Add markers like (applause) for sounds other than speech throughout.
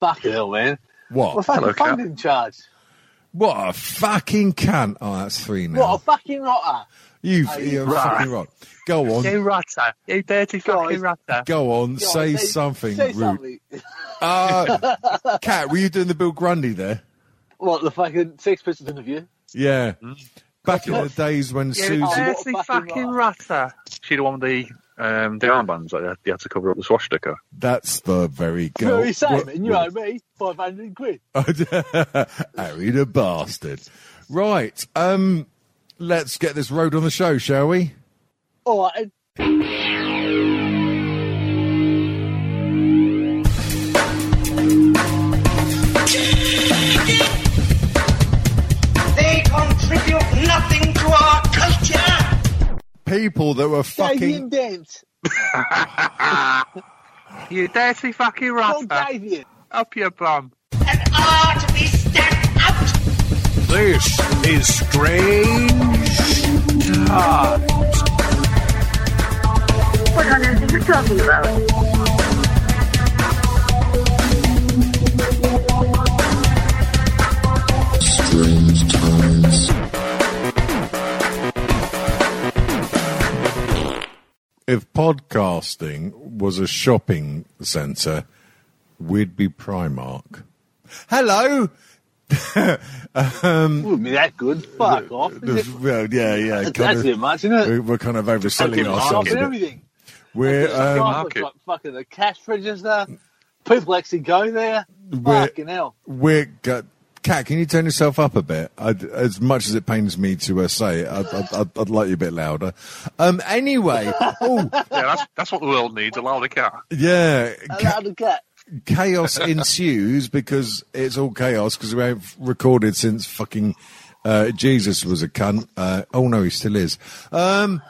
Fucking hell, man. What? What a fucking Hello, Cap. funding charge. What a fucking cunt! Oh, that's three now. What a fucking rotter. you Oh, you're right. fucking right. (laughs) Go on, You ratter. You dirty fucking ratter. go on. Yo, Say something. Say rude. something. Uh, (laughs) Kat, were you doing the Bill Grundy there? What, the fucking sex pistols interview? Yeah. Mm. Back in the days when You Susan. dirty What a fucking fucking ratter. She'd won the, um, the armbands that you had to cover up the swastika. That's the very You know girl. what he's saying, What- man? You owe me 500 quid. (laughs) (laughs) Harry the bastard. Right. Um, let's get this road on the show, shall we? All right, and They contribute nothing to our culture. People that were Davian fucking. Dent. You dirty fucking Paul (laughs) ratter. Davian. Up your bum. And are to be stamped out. This is strange. What on earth are you talking about? If podcasting was a shopping centre, we'd be Primark. Hello. Wouldn't be that good. Fuck off. Is it- Well, yeah, yeah. (laughs) That's kind that's of- it, much, isn't it? we- we're kind of overselling Fucking ourselves. Off A and bit. everything. We're um, Like Market. fucking the cash register. People actually go there. Where- Fucking hell. We're got, Kat, can you turn yourself up a bit? I, as much as it pains me to uh, say, it, I'd, I'd, I'd, I'd like you a bit louder. Um, (laughs) anyway, oh Yeah, that's, that's what the world needs, a louder cat. yeah, Allow the cat. chaos ensues because it's all chaos because we haven't recorded since fucking uh, Jesus was a cunt. Uh, oh no, he still is. Um,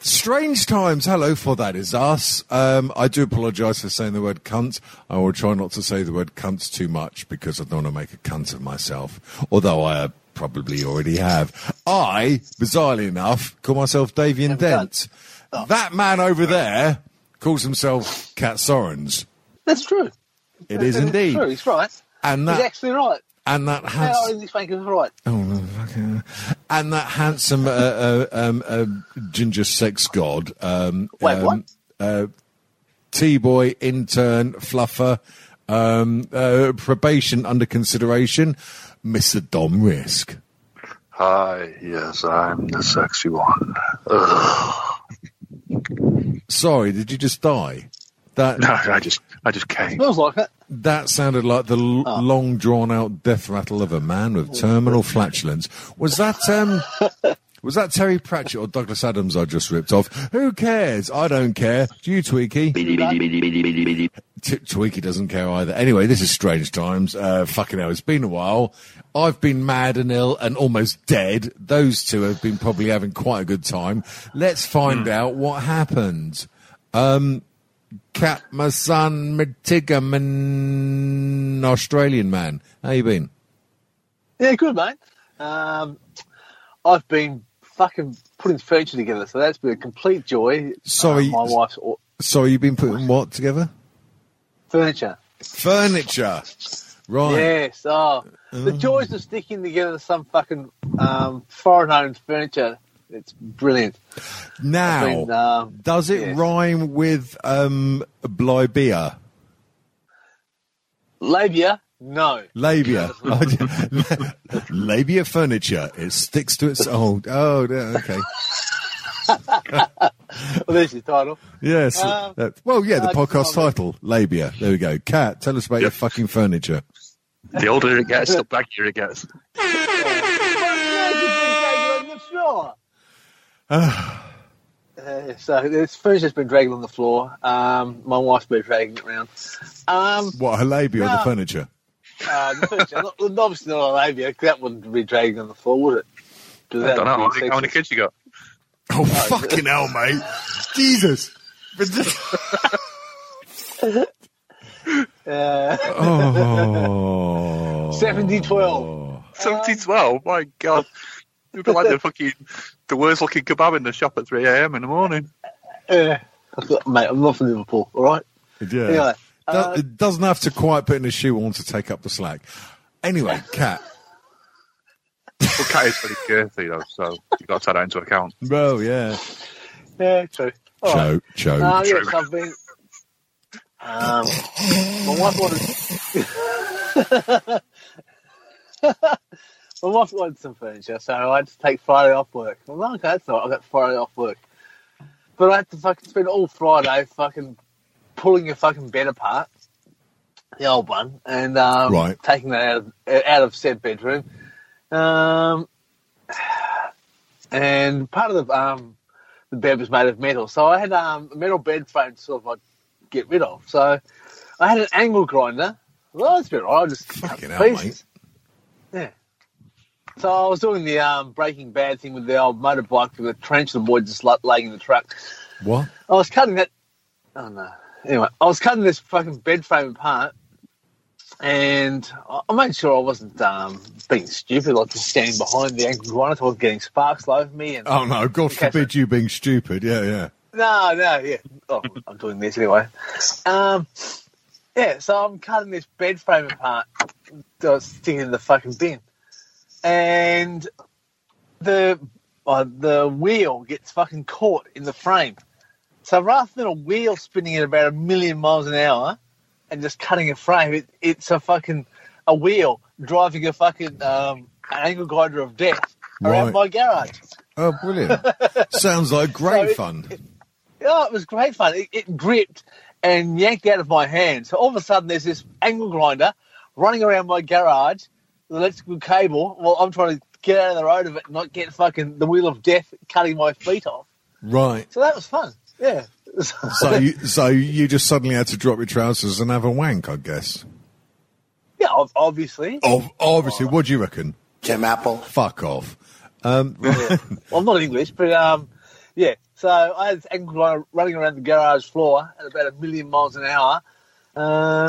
strange times. Hello, for that is us. Um, I do apologise for saying the word cunt. I will try not to say the word cunt too much because I don't want to make a cunt of myself. Although I. Uh, Probably already have. I, bizarrely enough, call myself Davian Dent. That man over there calls himself Cat Sorens. That's true. It is That's (laughs) indeed. True. He's right. And He's that actually right. and that How handsome is he thinking right? oh, no, fucking hell. and that handsome uh, uh, um, uh, ginger sex god. Um, Wait, what? um, Uh, T boy intern fluffer um, uh, probation under consideration, Mister Dom Risk. Hi, yes, I'm the sexy one. Sorry, did you just die? That (laughs) No, I just, I just came. Smells like it. that sounded like the l- long drawn out death rattle of a man with terminal flatulence. Was that um was that Terry Pratchett or Douglas Adams I just ripped off? Who cares? I don't care. Do you Tweaky? T- Tweaky doesn't care either. Anyway, this is strange times. Uh, fucking hell, it's been a while. I've been mad and ill and almost dead. Those two have been probably having quite a good time. Let's find out what happened. Cat Masan Matigaman, Australian man. How you been? Yeah, good, mate. Um, I've been fucking putting furniture together, so that's been a complete joy. Sorry. Uh, my wife's au- Sorry, you've been putting what together? furniture. Furniture. Right. Yes. Oh, the Um, joys of sticking together some fucking um, foreign-owned furniture. It's brilliant. Now, I've been, um, does it yes. rhyme with um, blibia? Labia, (laughs) no. (laughs) Labia. (laughs) Labia furniture. It sticks to (laughs) its own. Oh, yeah, okay. Well, there's your title. Yes. Um, that- well, yeah, the uh, podcast sorry. title, Labia. There we go. Cat, tell us about your Yeah. fucking furniture. The older it gets, the baggier it gets. Yeah, you been dragging on the (sighs) floor. Uh, so this furniture's been dragging on the floor. Um, my wife's been dragging it around. (laughs) Um, What, her labia or the No. (laughs) furniture? uh, the furniture, not, obviously not on Avia, 'cause that wouldn't be dragging on the floor, would it? 'Cause I don't that'd know. be How many sexist. kids you got? Oh, fucking hell, mate. Jesus. But just- Uh, (laughs) oh. Oh. 70-12. Uh, 70 12? My God. You'd be like (laughs) the fucking, the worst looking kebab in the shop at 3 a.m. in the morning. uh, mate, I'm not from Liverpool, all right? Yeah. Anyway, uh, Do- it doesn't have to quite put in a shoe on to take up the slack. Anyway, (laughs) cat. Well, cat is pretty girthy though, so you've got to take that into account. Well, yeah. Yeah, true. All right. Cho, cho. Uh, True. yes, I've been. Um, my wife wanted. (laughs) my wife wanted some furniture, so I had to take Friday off work. I'm like, okay, that's all right. I got Friday off work, but I had to fucking spend all Friday fucking pulling your fucking bed apart, the old one, and um, Right. taking that out of, out of said bedroom. Um, (sighs) and part of the um, the bed was made of metal. So I had um, a metal bed frame to sort of like get rid of. So I had an angle grinder. Well, that's a bit right. I just cut Fucking the hell, pieces. Yeah. So I was doing the um, Breaking Bad thing with the old motorbike with the trench the boy just like laying in the truck. What? I was cutting that. Oh no. Anyway, I was cutting this fucking bed frame apart, and I I made sure I wasn't um, being stupid, like just standing behind the angle grinder, so I was getting sparks all over me and Oh no! God Okay, forbid you being stupid. Yeah, yeah. no, no, yeah. Oh, I'm doing this anyway. Um, yeah, so I'm cutting this bed frame apart, uh, sticking it in the fucking bin, and the uh, the wheel gets fucking caught in the frame. So rather than a wheel spinning at about a million miles an hour and just cutting a frame, it, it's a fucking a wheel driving a fucking um, an angle grinder of death around Right. my garage. Oh, (laughs) brilliant! Sounds like great So it- fun. Oh, it was great fun. It, it gripped and yanked out of my hand. So all of a sudden, there's this angle grinder running around my garage, the electrical cable. Well, I'm trying to get out of the road of it, not get fucking the wheel of death cutting my feet off. Right. So that was fun. Yeah. (laughs) So, you, so you just suddenly had to drop your trousers and have a wank, I guess. yeah, ob- (laughs) obviously. Ob- Oh. obviously, what do you reckon? Jim Apple. Fuck off. Well, I'm not English, but um, yeah. So I had this angle grinder running around the garage floor at about a million miles an hour. Um,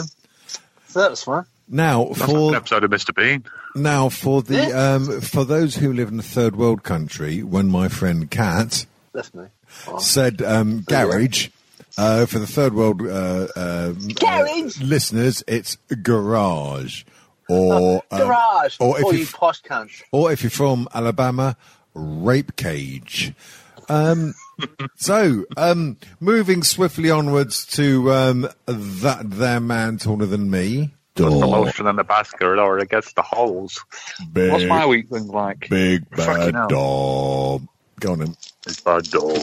so that was fun. Now That's like an for episode of Mr. Bean. now for the Yeah. um, for those who live in a third world country, when my friend Kat That's me. Oh. said um, garage. Uh, for the third world uh, um, Garage? uh, listeners, it's garage, or um, Oh, Garage, or if or you you posh cunt. or if you're from Alabama, rape cage. (laughs) Um, so, um, moving swiftly onwards to um, that there man taller than me. The Door, lotion and the basket or against the holes. What's big, my week thing like? big Fucking bad hell. dog. Go on. Then. It's my door.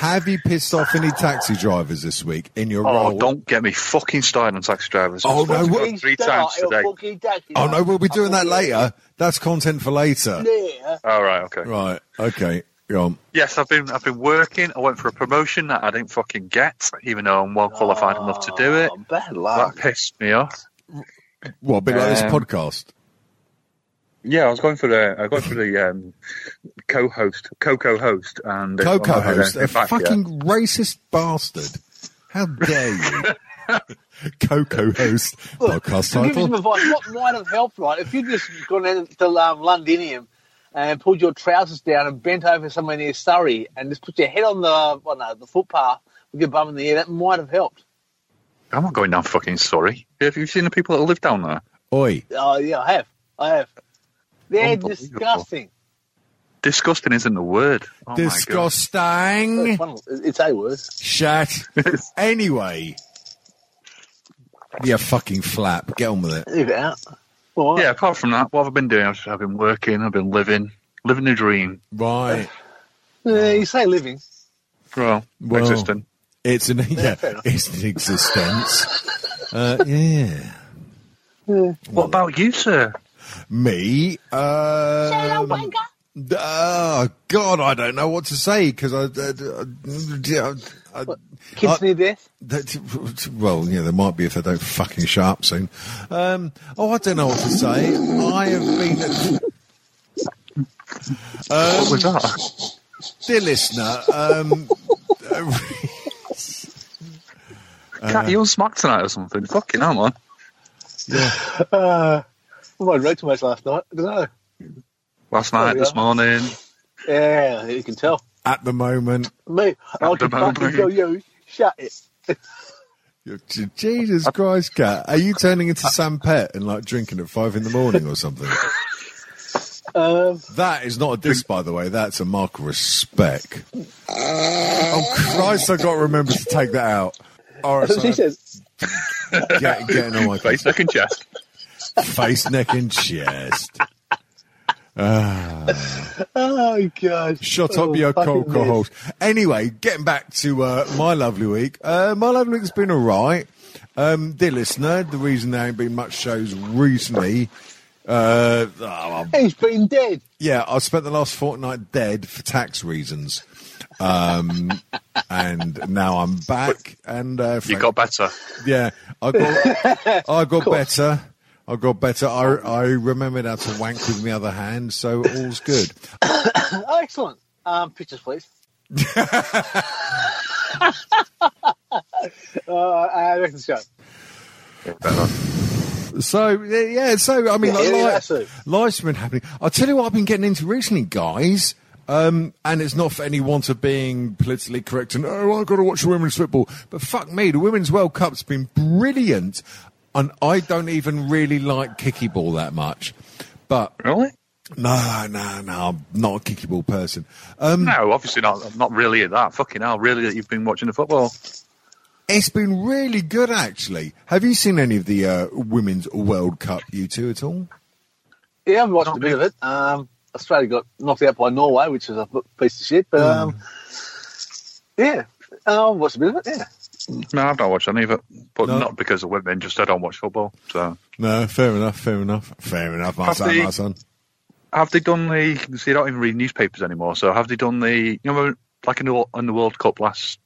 Have you pissed off any taxi drivers this week in your Oh, role? don't get me fucking started on taxi drivers. Oh, I've no, got what- three times today. Oh no, we'll be doing that later. That's content for later. Yeah. All right, okay. Right. Okay. Go on. Yes, I've been I've been working. I went for a promotion that I didn't fucking get, even though I'm well qualified enough to do it. Oh, bad That luck. pissed me off. What? A bit like this Um, podcast. Yeah, I was going for the I got for the um, co-host, co-co-host, and Coco host, a In fact, yeah. fucking racist bastard. How dare (laughs) you? Coco host Look, podcast to give you some title. advice, what might have helped, right? If you'd just gone down to um, Londinium and pulled your trousers down and bent over somewhere near Surrey and just put your head on the, well, no, the footpath with your bum in the air, that might have helped. I'm not going down fucking sorry. Have you seen the people that live down there? Oi, Oh, yeah, I have. I have. They're Unbelievable. disgusting. Disgusting isn't the word. Oh my God. It's, disgusting. one of- it's a word. Shut. Anyway, yeah, fucking flap. Get on with it. Leave it out. All right. (laughs) Yeah, apart from that, what have I been doing? I've, just- I've been working. I've been living, living the dream. Right. Yeah, you say living. Well, Well. existing. It's an (laughs) yeah. It's an existence. Uh, yeah. What about you, sir? Me. Um, oh God, I don't know what to say because I, I, I, I, Kids Uh, near death. That, well, yeah, there might be if they don't fucking show up soon. Um, oh, I don't know what to say. I have been, What was that? dear listener. Um, Cat, you on smack tonight or something? Fucking hell, man. Uh, well, I read too much last night. I don't know. Last night, yeah. this morning. Yeah, you can tell. at the moment, Me, I the can fucking moment. tell you, shut it. You're- Jesus Christ, cat! Are you turning into Sam Pet and like drinking at five in the morning or something? Um, That is not a diss, by the way. That's a mark of respect. Oh Christ! I got to remember to take that out. All right, that's what she (laughs) so says. get, getting on my Face, face, neck, and chest. face, neck, and chest. Oh god! Shut oh, up, your fucking cold holes. Anyway, getting back to uh, my lovely week. Uh, my lovely week's been all right. Um, dear listener, the reason there ain't been much shows recently, uh, oh, this. He's been dead. yeah, I spent the last fortnight dead for tax reasons. Um, and now I'm back. And uh, You Frank- got better. yeah, (laughs) I got, I got better. I got better. I, I remembered how to wank with my other hand, so all's good. Oh, excellent. Um, pictures, (laughs) please. uh, I reckon so. So yeah, yeah, so I mean, Yeah, like, yeah, li- that's it. life's been happening. I'll tell you what I've been getting into recently, guys. Um, and it's not for any want of being politically correct and oh, I've got to watch the women's football. But fuck me, the women's World Cup's been brilliant, and I don't even really like kicky ball that much. But Really? no, no, no, I'm not a kicky ball person. Um, No, obviously not. I'm not really at that. Fucking hell, really that you've been watching the football. It's been really good, actually. Have you seen any of the uh, women's World Cup, you two, at all? Yeah, I've watched a bit of it. Um, Australia got knocked out by Norway, which was a piece of shit. But Hmm. um, yeah, I watched a bit of it. Yeah, No, I've not watched any of it. But No. not because of women, just I don't watch football. So No, fair enough, fair enough, fair enough. My Have son, they- my son. have they done the see I don't even read newspapers anymore, so have they done the you know like in the, in the World Cup last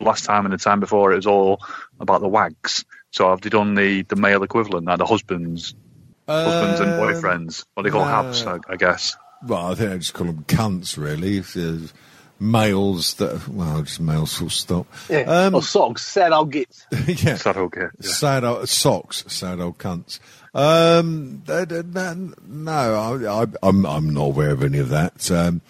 last time and the time before it was all about the wags. So have they done the, the male equivalent now, the husbands husbands and Um, boyfriends. What they call no. habs, I, I guess. Well, I think I just call them cunts, really. If there's males that, well, just males will stop. yeah. Um, or socks, sad old gits. (laughs) yeah. Is that okay? Yeah. Sad old socks, sad old cunts. Um, th- th- th- no, I, I, I'm I'm not aware of any of that. Um,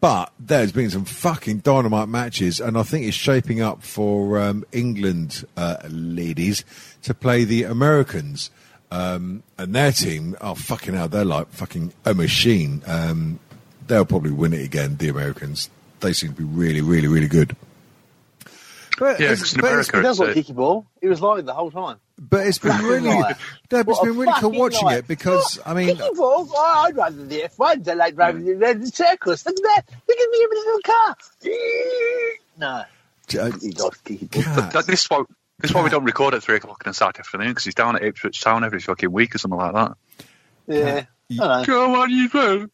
but there's been some fucking dynamite matches, and I think it's shaping up for um, England uh, ladies to play the Americans. Um, and their team, oh fucking hell, they're like fucking a machine. Um, they'll probably win it again. The Americans, they seem to be really, really, really good. But Yeah, it's- 'cause in but it's America It does look Correct, so- kicky ball. It was like the whole time. but it's been Fucking really, liar. no, but it's What a been really cool fucking watching liar. it because I mean, Kicky ball? Oh, I'd rather the F1. I like driving the the circus. Look at that. Look at me in my little car. (laughs) No. uh, He loves kicky ball. God, That- this is why this is why we don't record at three o'clock on a Saturday afternoon because he's down at Ipswich Town every fucking week or something like that. Yeah. I don't know. Go on, you do.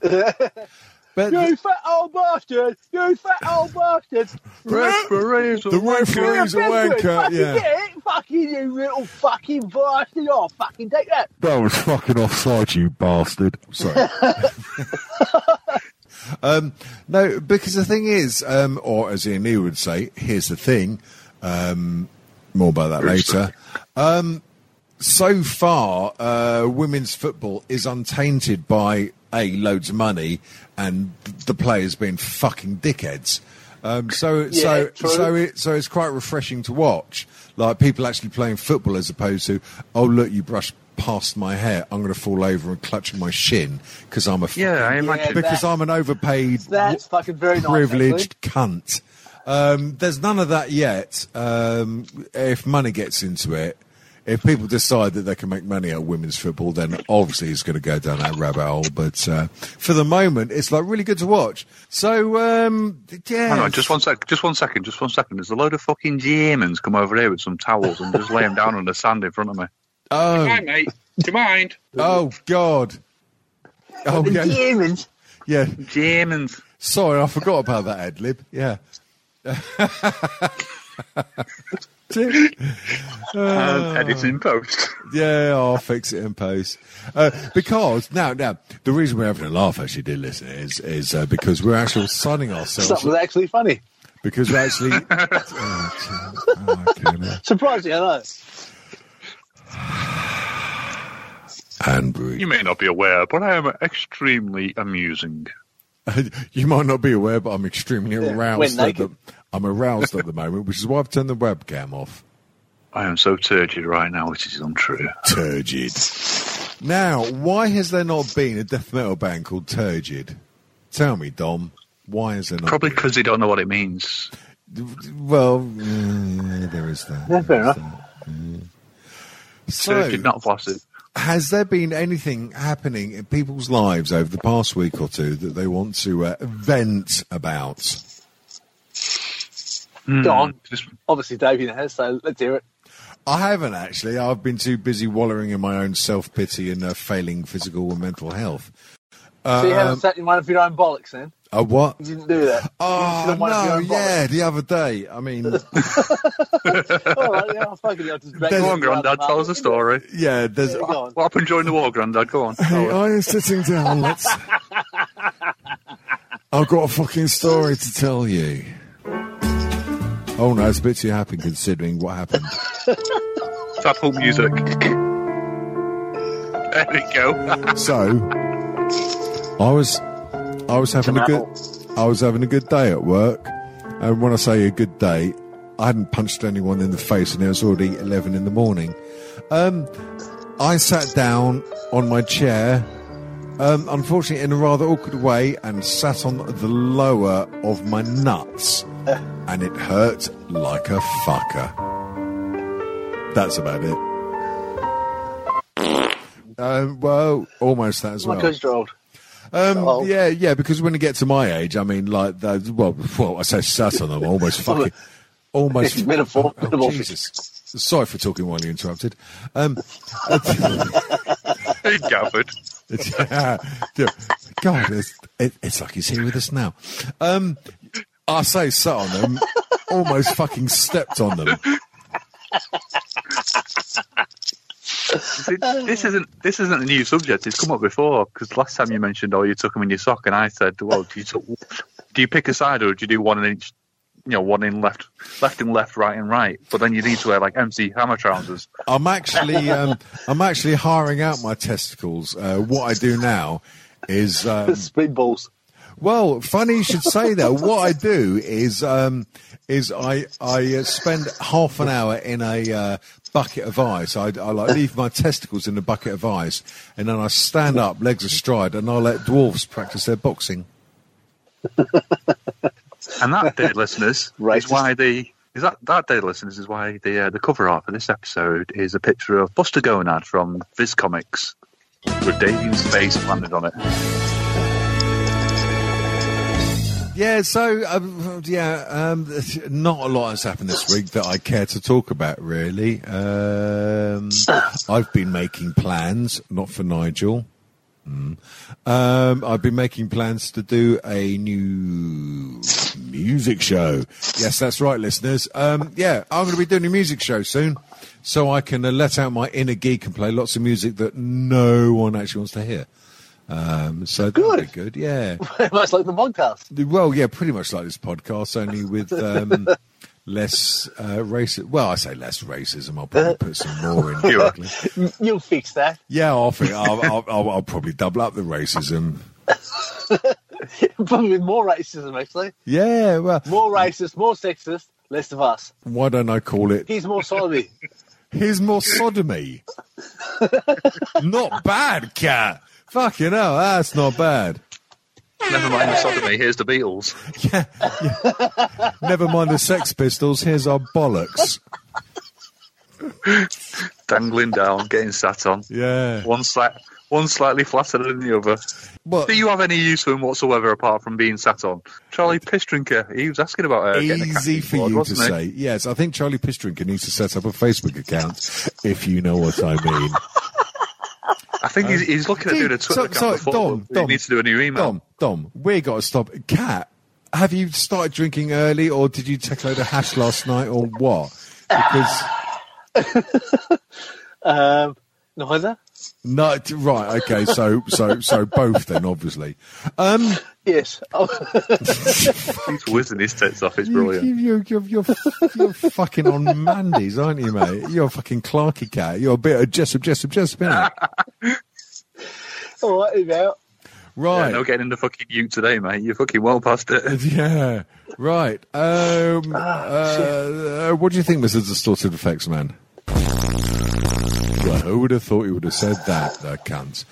but (laughs) You the, fat old bastard! You fat old bastard! Referees, the referee's a wanker. Fucking Yeah, get it! Fucking you little fucking bastard! I'll fucking take that! that was fucking offside, you bastard. Sorry. (laughs) um, no, because the thing is, um, or as Ian Lee would say, here's the thing. Um, more about that later. Um, so far, uh, women's football is untainted by a loads of money and the players being fucking dickheads. Um, so so true. so it, so it's quite refreshing to watch. Like people actually playing football as opposed to oh look you brushed past my hair I'm going to fall over and clutch my shin because I'm a fucking Yeah, I imagine. Yeah, because that- I'm an overpaid, That's fucking very nice. privileged cunt. Um, there's none of that yet. Um, if money gets into it, if people decide that they can make money out of women's football, then obviously it's going to go down that rabbit hole. But uh, for the moment, it's like really good to watch. So um, yeah, Hang on, just one sec, just one second, just one second. There's a load of fucking Germans come over here with some towels and just lay them down on the sand in front of me. Oh, mate. Do you mind? oh God. Oh Actually. yeah, Humans. yeah. Germans. Sorry, I forgot about that ad lib. Yeah. (laughs) Um, And Uh, editing post. Yeah, I'll fix it in post. Uh, because now, now the reason we're having a laugh, actually, dear listener, is is uh, because we're actually sunning ourselves Something actually funny. because we're actually. (laughs) Oh, dear. Oh, goodness. Surprising, I know. and breathe. You may not be aware, but I am extremely amusing. (laughs) you might not be aware, but I'm extremely Yeah, aroused. we're At the, I'm aroused at the moment, which is why I've turned the webcam off. I am so turgid right now, it is untrue. Turgid. Now, why has there not been a death metal band called Turgid? Tell me, Dom. Why is there not? Probably because they don't know what it means. Well, yeah, there is that. Yeah, fair There is enough. that. Yeah. So, Turgid, not flaccid. has there been anything happening in people's lives over the past week or two that they want to uh, vent about? Hmm. Go on. Just Obviously, Damien has, so let's hear it. I haven't actually. I've been too busy wallowing in my own self pity and uh, failing physical and mental health. So you haven't sat in one of your own bollocks then? A what? You didn't do (laughs) that. You sit Oh on one of your no! own bollocks. Yeah, the other day. I mean, (laughs) All right, yeah, I'll fucking I'll just back Go you go on, up Grandad, rather tell us a than- story. yeah. There's. Go on. What happened during the war, Grandad? Go on. Hey, tell us. I am sitting down. Let's. I've got a fucking story to tell you. Oh no, it's a bit too happy considering what happened. Tap up music. (laughs) There we go. (laughs) So, I was, I was having a good, I was having a good day at work, and when I say a good day, I hadn't punched anyone in the face, and it was already eleven in the morning. Um, I sat down on my chair, um, unfortunately in a rather awkward way, and sat on the lower of (laughs) my nuts, and it hurt like a fucker. That's about it. Um, well, almost that as well. Because oh. you're old. Um, old. yeah, yeah, because when it gets to my age, I mean, like, the, well, well, I say sat on (laughs) them, almost fucking, almost. Metaphor- oh, metamorphosis. Jesus. Sorry for talking while you interrupted. Um, Hey, Gafford. (laughs) yeah, yeah. God, it's, it, it's like he's here with us now. Um, I say sat on them, almost fucking stepped on them. See, This isn't this isn't a new subject. It's come up before because last time you mentioned, oh, you took them in your sock, and I said, well, do you, took, do you pick a side or do you do one in each? You know, one in left, left and left, right and right. But then you need to wear like MC Hammer trousers. I'm actually, um, I'm actually hiring out my testicles. Uh, what I do now is um, Speedballs. (laughs) Well, funny you should say that. what I do is um, is I I uh, spend half an hour in a uh, bucket of ice. I, I like leave my testicles in a bucket of ice, and then I stand up, legs astride, and I let dwarves practice their boxing. And that, dear listeners, Right. is why the is that that, dear listeners, is why the uh, the cover art for this episode is a picture of Buster Gonad from Viz Comics with Davian's face planted on it. Yeah, so um, yeah, um, (laughs) not a lot has happened this week that I care to talk about. Really, um, I've been making plans, not for Nigel. Mm. Um, I've been making plans to do a new music show. Yes, that's right, listeners. Um, yeah, I'm going to be doing a music show soon, so I can uh, let out my inner geek and play lots of music that no one actually wants to hear. Um, so that'll be good. Yeah. Much like the podcast. Well, yeah, pretty much like this podcast, only with um, less uh, racism. Well, I say less racism. I'll probably put some more in. Sure. frankly. Y- You'll fix that. Yeah, I'll, think- I'll, I'll, I'll, I'll probably double up the racism. Probably more racism, actually. Yeah, well, More racist, more sexist, less of us. why don't I call it? He's more sodomy. Here's more sodomy. not bad, cat. Fucking hell, that's not bad. Never mind the sodomy. Here's the Beatles. Never mind the Sex Pistols. Here's our bollocks. dangling down, getting sat on. Yeah. One slight, one slightly flatter than the other. Well, Do you have any use for him whatsoever apart from being sat on? Charlie Piss Drinker, he was asking about her. getting a easy captain's for board, you to wasn't he? say. Yes, I think Charlie Pistrinker needs to set up a Facebook account, if you know what I (laughs) mean. I think he's, he's looking at Dude, doing a Twitter so- account so, before. Dom, Dom, he needs to do a new email. Dom, Dom, we got to stop. Cat, have you started drinking early, or did you take a load of hash last night, or what? (laughs) Because (laughs) Um, neither? no, t- right, okay, so so so both then, obviously. Um, Yes. (laughs) Oh, He's whizzing his tits off. It's you, brilliant. you, you, you're you're you're fucking on Mandy's, aren't you, mate? You're a fucking Clarky cat. You're a bit of Jessup, Jessup, Jessup, innit? (laughs) all right, here we go. Right. Yeah, no getting in the fucking ute today, mate. You're fucking well past it. (laughs) Yeah. uh, Right. Um, uh, what do you think, Mr. Distorted Effects Man? Who would have thought you would have said that, uh, cunts?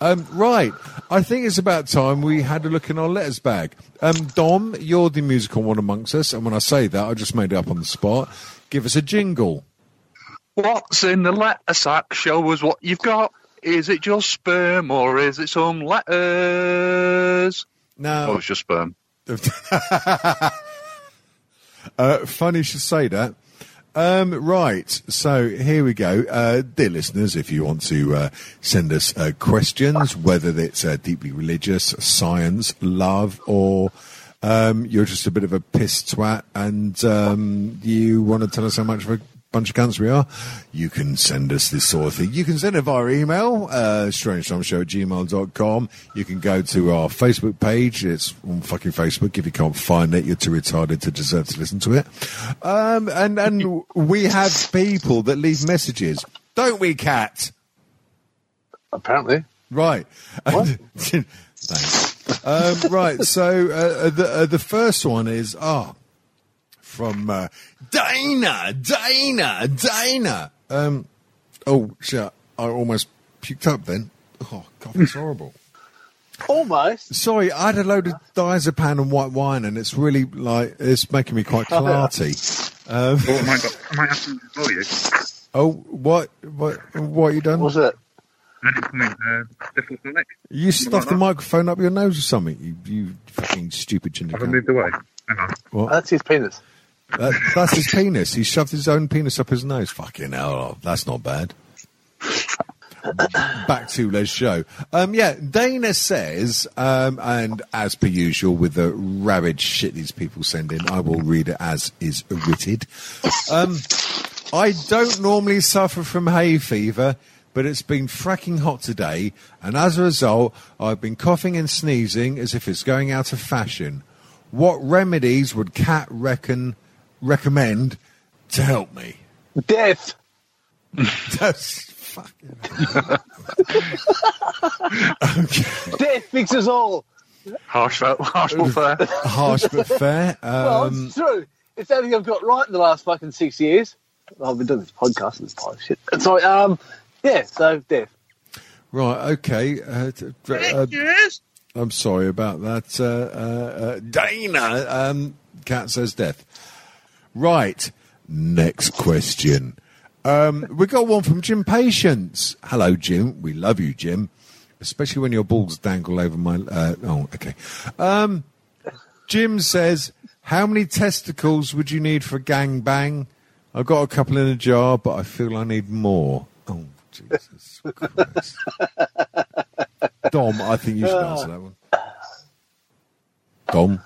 Um, right, I think it's about time we had a look in our letters bag. Um, Dom, you're the musical one amongst us, and when I say that, I just made it up on the spot. Give us a jingle. What's in the letter sack? Show us what you've got. Is it just sperm or is it some letters? Oh, Now, it's just sperm. (laughs) uh, funny you should say that. Um, right, so here we go. Uh, dear listeners, if you want to uh, send us uh, questions, whether it's uh, deeply religious, science, love, or um, you're just a bit of a piss twat and um, you want to tell us how much of a bunch of cunts we are, you can send us this sort of thing. You can send it via email, uh, strangetimeshow at gmail.com. You can go to our Facebook page. It's on fucking Facebook. If you can't find it, you're too retarded to deserve to listen to it. Um, and, and we have people that leave messages. Don't we, Cat? Apparently. Right. (laughs) Thanks. Um, right. So uh, uh, the uh, the first one is ah from uh, Dana, Dana, Dana. Um, oh shit! I almost puked up then. Oh god, it's (laughs) horrible. Almost. Sorry, I had a load of diazepam and white wine, and it's really like it's making me (laughs) quite clarty. Oh my god! I might have something for you. (laughs) Oh, what, what, what you done? What was it? You stuffed the microphone up your nose or something? You, you fucking stupid ginger. cunt. away. Hang on. Oh, that's his penis. That, that's his penis. He shoved his own penis up his nose. Fucking hell, that's not bad. Back to Les Show. Um, yeah, Dana says, um, and as per usual with the rabid shit these people send in, I will read it as is written. Um, I don't normally suffer from hay fever, but it's been fracking hot today, and as a result, I've been coughing and sneezing as if it's going out of fashion. What remedies would Cat reckon recommend to help me? (laughs) (laughs) Death. That's fucking. Death fixes all. Harsh, fa- harsh welfare. harsh but fair. Well, Um, it's true. It's the only thing I've got right in the last fucking six years. I've been doing this podcast and this pile of shit. Sorry, um, yeah, so death. right, okay. Uh, d- d- uh, I'm sorry about that. Uh, uh, uh, Dana, um, cat says death. Right, next question. Um, we got one from Jim Patience. Hello, Jim. We love you, Jim. Especially when your balls dangle over my. Uh, oh, okay. Um, Jim says, How many testicles would you need for a gang bang? I've got a couple in a jar, but I feel I need more. Oh, Jesus Christ. Dom, I think you should Uh, answer that one. Dom.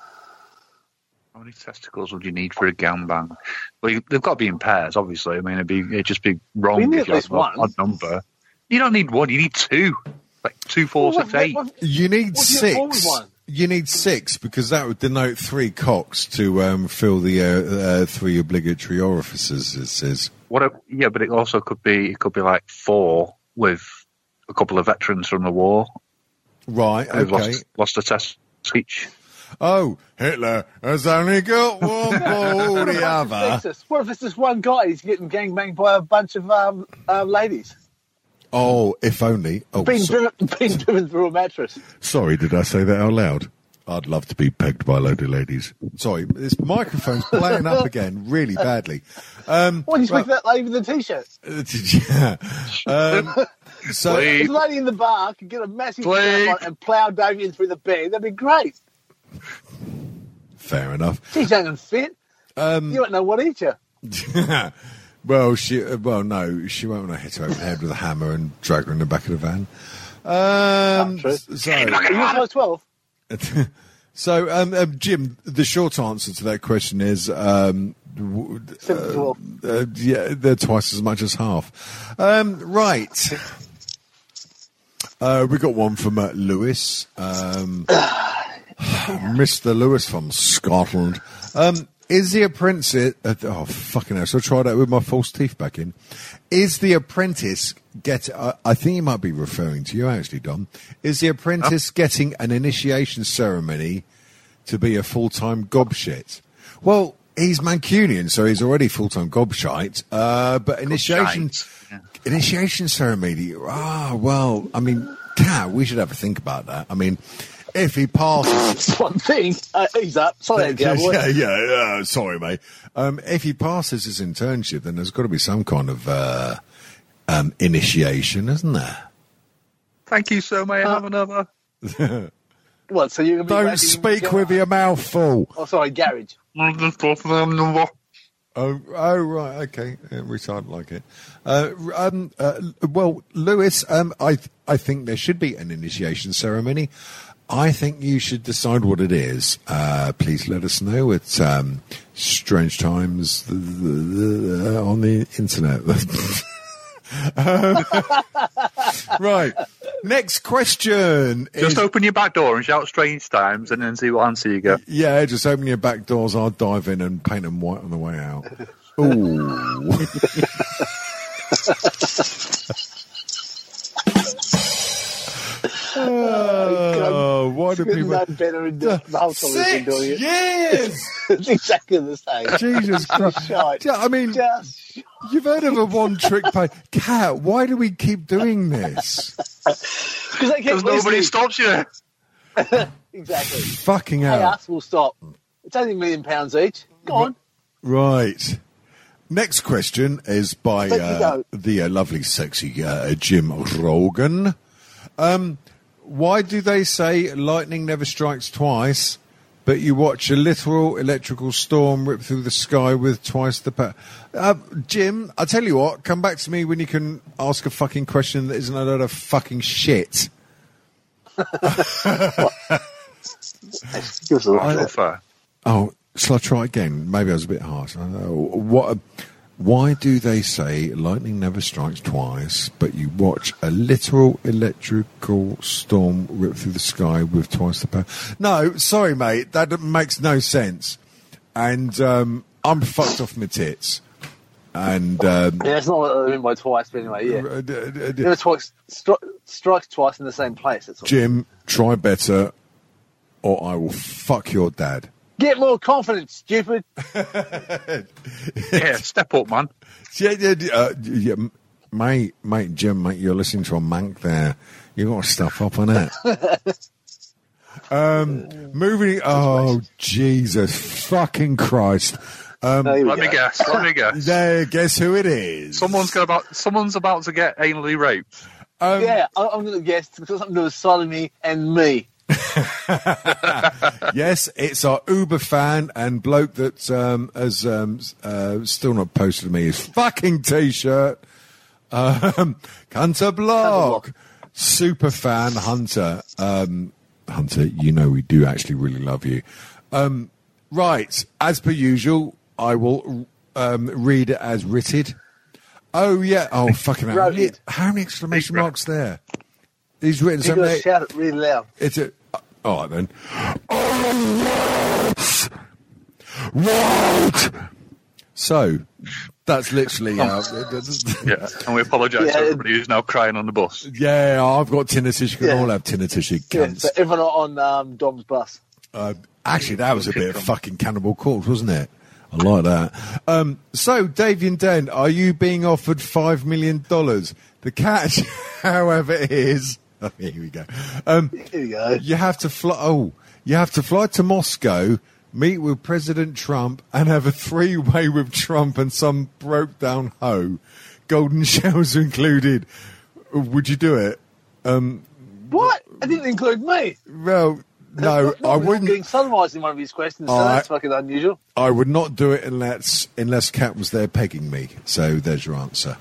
(laughs) How many testicles would you need for a gangbang? Well, you, they've got to be in pairs, obviously. I mean, it'd be it'd just be wrong We need if at you least had an odd one. odd number. You don't need one. You need two, like two, four, Well, six, what- eight. what- You need What's your old six. one? You need six because that would denote three cocks to um, fill the uh, uh, three obligatory orifices. It says What? A, yeah, but it also could be it could be like four with a couple of veterans from the war right. who've Okay. lost lost a test each. Oh, Hitler has only got one ball or the other. Fix us. What if it's just one guy? He's getting gangbanged by a bunch of um, um, ladies. Oh, if only. Oh, Being so- driven, (laughs) being driven through a mattress. sorry. Did I say that out loud? I'd love to be pegged by a load of ladies. Sorry, this microphone's (laughs) playing up again really badly. Why do you speak Right. to that lady with the t-shirt? (laughs) yeah. Um, If so, Please, the lady in the bar could get a massive Please. sound and plough Damien through the bed, that'd be great. fair enough. (laughs) She's young and fit. Um, you don't know what eat you. well, she. uh, Well, no, she won't want to hit her over the head with a hammer and drag her in the back of the van. Um, true. so, Are you size 12? so (laughs) um, um, Jim, the short answer to that question is um, w- Seven to 12. uh, yeah, they're twice as much as half. Um, right. Uh, we got one from uh, Lewis, um, Mr. Lewis from Scotland. Um, is the apprentice? Uh, oh fucking hell! So I tried that with my false teeth back in. Is the apprentice get? Uh, I think he might be referring to you actually, Dom. Is the apprentice getting an initiation ceremony to be a full time gobshit? Well, he's Mancunian, so he's already full time gobshite. Uh, but initiation Gobshite, yeah. initiation ceremony. Ah, well, I mean, cat. We should have a think about that. I mean, if he passes, That's one thing. Uh, he's up. Sorry, (laughs) yeah, Cowboy. yeah, yeah, Sorry, mate. Um, if he passes his internship, then there's got to be some kind of uh, um, initiation, isn't there? Thank you, so may I have another? What? So you're gonna be Don't whacking speak your- with your mouth full. Oh, sorry, (laughs) garage. Oh, oh, right, okay. Uh, We sound like it. Uh, um, uh, well, Lewis, um, I th- I think there should be an initiation ceremony. I think you should decide what it is. Uh, please let us know at um, Strange Times th- th- th- on the internet. (laughs) Um, (laughs) right. Next question. Just is- open your back door and shout strange times and then see what answer you get. yeah, just open your back doors. I'll dive in and paint them white on the (laughs) way out. Ooh. oh, why do Couldn't people? done better in the the whole time we've been doing it. (laughs) Six years. it's exactly the same. Jesus Christ! Shite. Yeah, I mean, Just you've heard of a one-trick play, cat. Why do we keep doing this? because they Because keep nobody listening. stops you. Exactly. Fucking Hey, hell! us will stop. It's only a million pounds each. Go on. Right. Next question is by There you uh, go. the uh, lovely, sexy uh, Jim Rogan. Um, why do they say lightning never strikes twice, but you watch a literal electrical storm rip through the sky with twice the power? Uh, Jim, I tell you what, come back to me when you can ask a fucking question that isn't a load of fucking shit. Give us a That's laugh. not fair. Oh, shall I try again? Maybe I was a bit harsh. I don't know. What? uh, Why do they say lightning never strikes twice, but you watch a literal electrical storm rip through the sky with twice the power? No, sorry, mate, that d- makes no sense. And um, I'm fucked off my tits. And um, Yeah, it's not what I mean by twice, but anyway, yeah. uh, d- d- d- It was twice, stri- strikes twice in the same place. That's all. Jim, try better, or I will fuck your dad. Get more confidence, stupid. (laughs) Yeah, step up, man. Yeah, yeah, yeah, uh, yeah, m- mate, mate, Jim, mate, you're listening to a mank there. You got to stuff up on it. um, moving. Oh Jesus, fucking Christ! Uh, Um, There we Let me go. guess. Let me guess. There, guess who it is? Someone's got about. Someone's about to get anally raped. Um, Yeah, I- I'm going to guess it's got something to do with sodomy and me. Yes, it's our Uber fan and bloke that um, has um, s- uh, still not posted me his fucking t-shirt. Um, Hunter Block, super fan Hunter. Um, Hunter, you know we do actually really love you. Um, right, as per usual, I will um, read it as written. Oh yeah! Oh fucking! hell. How many, Wrote. how many exclamation Wrote. marks there? He's written You've so got to many. shout it really loud. It's a. uh, All right then. So that's literally. (laughs) Uh, Yeah, and we apologise Yeah. to everybody who's now crying on the bus. yeah, I've got tinnitus. You can Yeah. all have tinnitus, you Yeah, cunts. so everyone on um, Dom's bus. Uh, actually, that was (laughs) a bit of fucking cannibal corpse, wasn't it? I like that. Um, so, Davey and Den, are you being offered five million dollars? The catch, (laughs) however, is (laughs) here we go. Um, Here we go. You have to fly. Oh, you have to fly to Moscow, meet with President Trump, and have a three-way with Trump and some broke-down hoe. Golden (laughs) shells included. Would you do it? What? It didn't include me. Well, no, I We're not Getting wouldn't. sodomised in one of these questions, so All right. that's fucking unusual. I would not do it unless unless Cat was there pegging me. So there's your answer.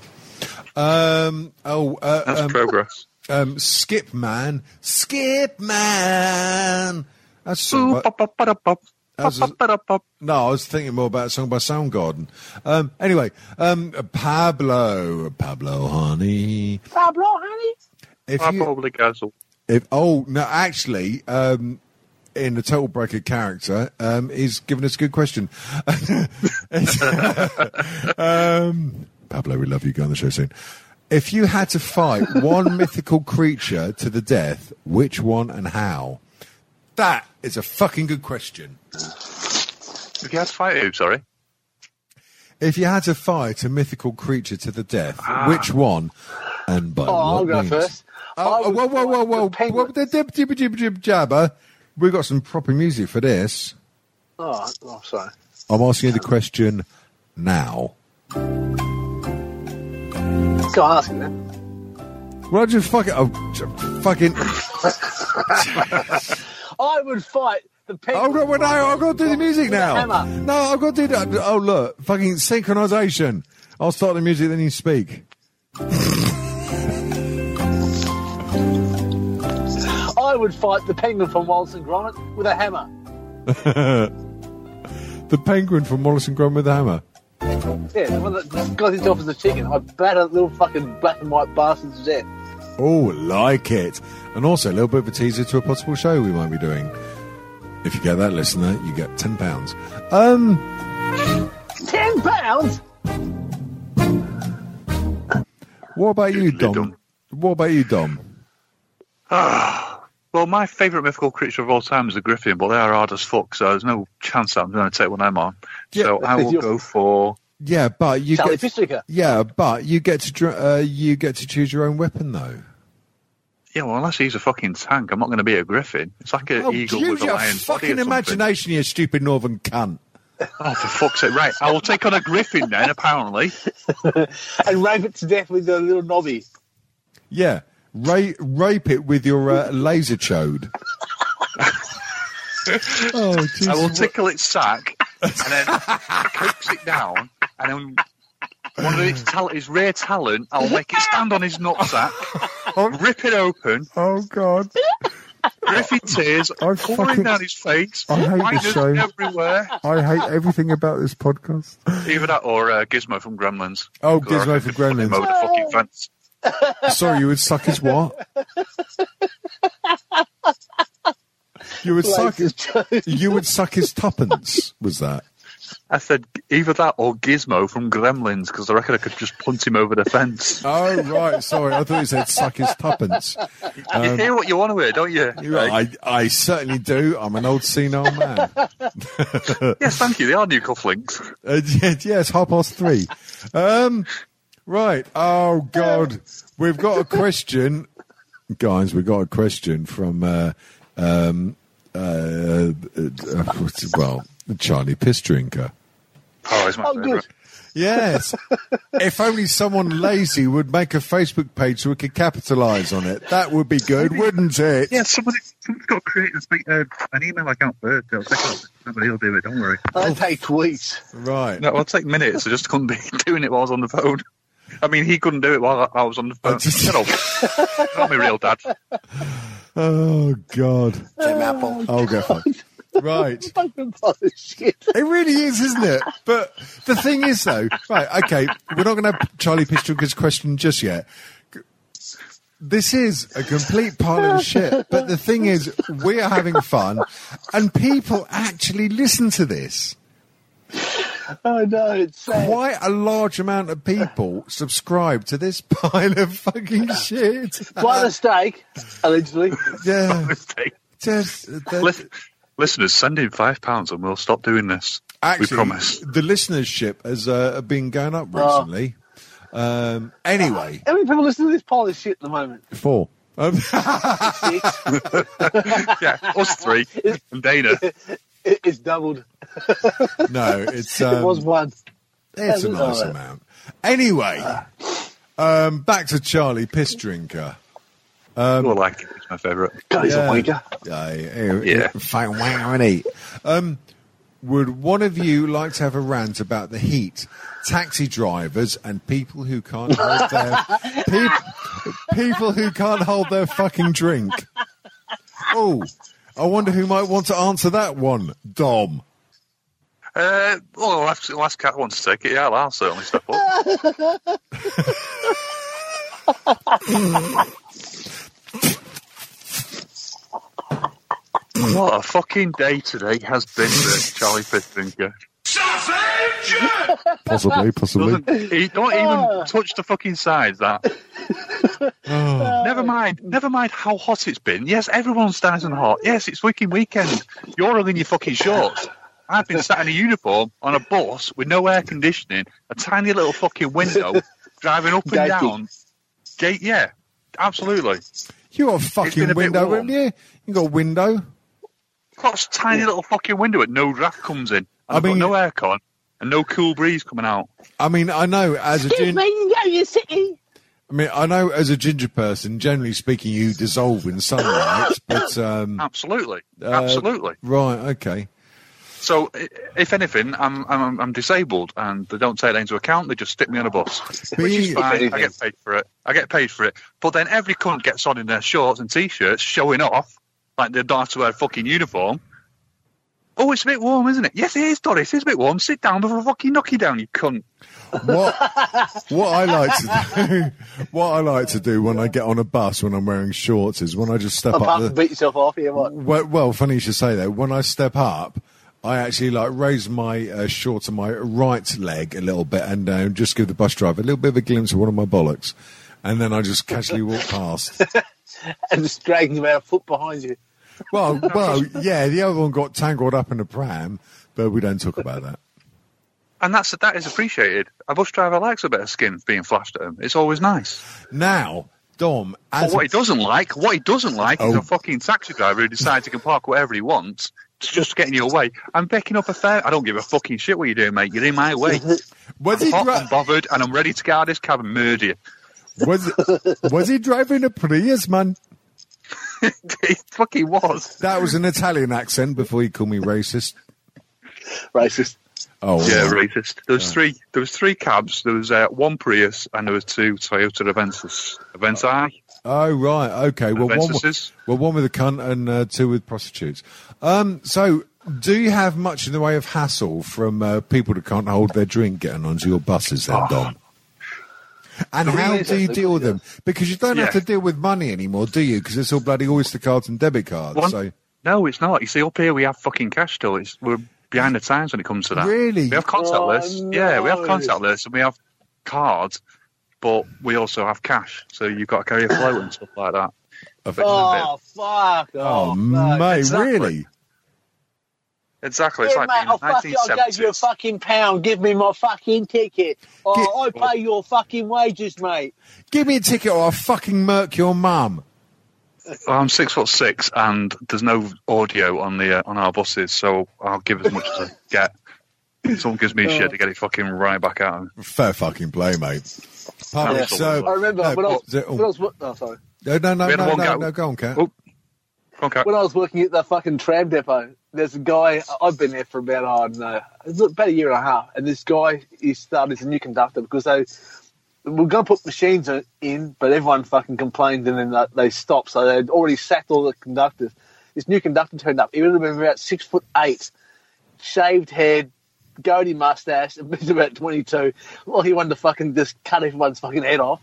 Um. Oh. That's Uh, um, progress. um. Skip man. Skip man. That's so. Boo, bop, bop, bada, bop. How's Bop, it- bop, bada, bop. No, I was thinking more about a song by Soundgarden. Um, anyway, um, Pablo, Pablo, honey. Pablo, honey. If I you, probably guessed. if oh no, actually, um, in the Total Breaker character, um, he's given us a good question. (laughs) um, Pablo, we love you. Go on the show soon. If you had to fight (laughs) one mythical creature to the death, which one and how? That is a fucking good question. If you had to fight who, sorry? If you had to fight a mythical creature to the death, which one and by Ah. Oh, what I'll go means? first. I Oh, would whoa, whoa, whoa, fight the whoa! penguins. The dib, dib, jib, jib, jabber. We've got some proper music for this. Oh, oh, sorry. I'm asking you the question now. Go on, ask him then. Roger, fuck it. Oh, j- fucking. I would fight the penguin. Oh, no, well, no, I've got to do the music With a now. hammer. No, I've got to do that. Oh, look. Fucking synchronization. I'll start the music, then you speak. I would fight the penguin from Wallace and Gromit with a hammer. The penguin from Wallace and Gromit with the hammer. Yeah, the one that got himself as a chicken. I batter that little fucking black and white bastard to death. Oh, like it. And also a little bit of a teaser to a possible show we might be doing. If you get that listener, you get £10. Um, Ten pounds? what about you, Doodly Dom? dum. What about you, Dom? Well, my favourite mythical creature of all time is the griffin, but they are hard as fuck, so there's no chance I'm going to take one of them on. Yeah, so (laughs) I will you're- go for. Yeah, but you Charlie get Fistricker. yeah, but you get to dr- uh, you get to choose your own weapon though. Yeah, well, unless he's a fucking tank, I'm not going to be a griffin. It's like an Oh, eagle use with a your lion. fucking imagination, you stupid northern cunt. Oh, for fuck's sake. Right, I will take on a griffin then, apparently. And rape it to death with the little knobby. Yeah, ra- rape it with your uh, laser chode. oh, Jesus. I will tickle its sack and then coax it down, and then one of its, tal- its rare talent, I'll make it stand on his nutsack, rip it open, oh God. griffin tears I pouring fucking- down his face, I hate this miners show. everywhere. I hate everything about this podcast. Either that or uh, Gizmo from Gremlins. (laughs) Oh, Because I Gizmo from reckon they Gremlins. fucking mowed the fucking fence. Sorry, you would suck his what? You would suck. Racist joke. You would suck his tuppence. Was that? I said either that or Gizmo from Gremlins because I reckon I could just punt him over (laughs) the fence. Oh right, sorry. I thought you said suck his tuppence. you hear what you want to hear, don't you? Um, You- I, I certainly do. I'm an old senile man. Yes, thank you. They are new cufflinks. Uh, (laughs) yeah, yeah, it's half past three. Um, right. Oh God, we've got a question, guys. We've got a question from uh, um, uh, uh, uh, what's- well, Charlie Piss Drinker. Oh, he's my Oh, favourite. good. Yes. if only someone lazy would make a Facebook page so we could capitalise on it. That would be good, wouldn't it? Yeah, somebody, someone's got to create this, like, uh, an email account for it. They'll take it. Somebody will do it, don't worry. (laughs) I take tweets. (laughs) Right. No, it'll take minutes. I just couldn't be (laughs) doing it while I was on the phone. I mean, he couldn't do it while I I was on the phone. just- You know, not my real dad. (laughs) Oh God. Jim Apple. Oh God. Right. Fucking pile of shit. It really is, isn't it? But the thing is, though, right? Okay, we're not going to have Charlie Pistrinker's question just yet. This is a complete pile of shit. But the thing is, we are having fun, and people actually listen to this. Oh no, it's sad. Quite a large amount of people subscribe to this pile of fucking shit. By mistake, allegedly. yeah, Mistake. just the- Lis- Listeners, send in five pounds and we'll stop doing this. Actually, we promise. the listenership has uh, been going up Oh. recently. Um, anyway, How many people listen to this pile of shit at the moment? four. Um, Six. Yeah, us three and Dana. It- it's doubled. No, it's um, (laughs) it was one. it's a All nice right. amount. Anyway, um, back to Charlie Piss Drinker. People like it. It's my favourite. God, he's yeah. a wanker. (laughs) yeah, fucking wow, innit? Um, would one of you like to have a rant about the heat, taxi drivers, and people who can't hold their (laughs) peop- people who can't hold their fucking drink? Oh, I wonder who might want to answer that one, Dom. Uh, well, I'll ask, I'll ask Cat wants to take it. Yeah, I'll, I'll certainly step up. what a fucking day today has been for Charlie Pitfinger. Possibly, possibly. Doesn't he? Don't even touch the fucking sides. That. Never mind. Never mind how hot it's been. Yes, everyone's dancing hot. Yes, it's fucking weekend. You're all in your fucking shorts. I've been sat in a uniform on a bus with no air conditioning, a tiny little (laughs) fucking window, driving up and Naked. down. Gate, yeah, absolutely. You got a been fucking a bit window, warm. haven't you? You got a window. Got a tiny little fucking window and no draft comes in. I I mean, mean- no aircon and no cool breeze coming out. I mean, I know as a gin- I mean, I know as a ginger person, generally speaking, you dissolve in sunlight, but um, Absolutely, uh, absolutely. right, okay. So, i- if anything, I'm, I'm I'm disabled, and they don't take that into account. They just stick me on a bus, which is If fine. I anything. get paid for it. I get paid for it. But then every cunt gets on in their shorts and t-shirts, showing off like they don't have to wear a fucking uniform. Oh, it's a bit warm, isn't it? Yes, it is, Doris. It's a bit warm. Sit down before I fucking knock you down, you cunt. What what I like (laughs) to do, what I like to do when I get on a bus when I'm wearing shorts is when I just step up Apart the, Mm. from beat yourself off here, what? Well, well, funny you should say that. When I step up, I actually like raise my uh, shorts and my right leg a little bit and uh, just give the bus driver a little bit of a glimpse of one of my bollocks, and then I just casually walk past. And just dragging about a foot behind you. Well, well, yeah, the other one got tangled up in a pram, but we don't talk about that. And that's that is appreciated. A bus driver likes a bit of skin being flashed at him. It's always nice. Now, Dom, But as what he doesn't like, what he doesn't like, is Oh. a fucking taxi driver who decides he can park whatever he wants. It's just getting your way. I'm picking up a fare. I don't give a fucking shit what you're doing, mate. You're in (laughs) my way. was I'm he hot and dri- bothered, and I'm ready to guard this cab and murder you. was was he driving a Prius, man? it fucking was. That was an Italian accent before you call me racist. Racist. Oh, Yeah, racist. There was three. There was three cabs. There was uh, one Prius, and there was two Toyota Aventus. Aventai. Oh right, okay. Well, one, Apprentices. well, one with a cunt and uh, two with prostitutes. Um, so, do you have much in the way of hassle from uh, people that can't hold their drink getting onto your buses, Ah. then, Dom? And how do you deal with them? Because you don't have to Yeah. deal with money anymore, do you? Because it's all bloody Oyster cards and debit cards. One- So, No, it's not. You see, up here we have fucking cash still. It's we're behind the times when it comes to that. Really? We have contactless. Oh, Yeah, we have no. contactless and we have cards, but we also have cash. So you've got to carry a float and stuff like that. But it's a bit- Oh, fuck. oh, Oh, fuck. mate, exactly. really? exactly. It's yeah, like mate, being I'll in oh, fuck you. I gave you a 1970s. fucking pound. Give me my fucking ticket. Oh, I pay your fucking wages, mate. Give me a ticket or I'll fucking murk your mum. Well, I'm six foot six, and there's no audio on the uh, on our buses, so I'll give as much as I get. If Someone gives me a shit to get it fucking right back out. Fair fucking play, mate. Pardon, Yeah. so, I remember no, when, I was, but- when I was. wo- Oh, sorry. No, no, no, We had no, one no, go. no, go on, Cat. Oh. Okay. when I was working at the fucking tram depot, there's a guy. I've been there for about I don't know, it's about a year and a half, and this guy he started as a new conductor because they were going to put machines in, but everyone fucking complained, and then they- they stopped, so they'd already sacked all the conductors. This new conductor turned up. He would have been about six foot eight, shaved head, goatee mustache, (laughs) and he's about twenty two. Well, he wanted to fucking just cut everyone's fucking head off.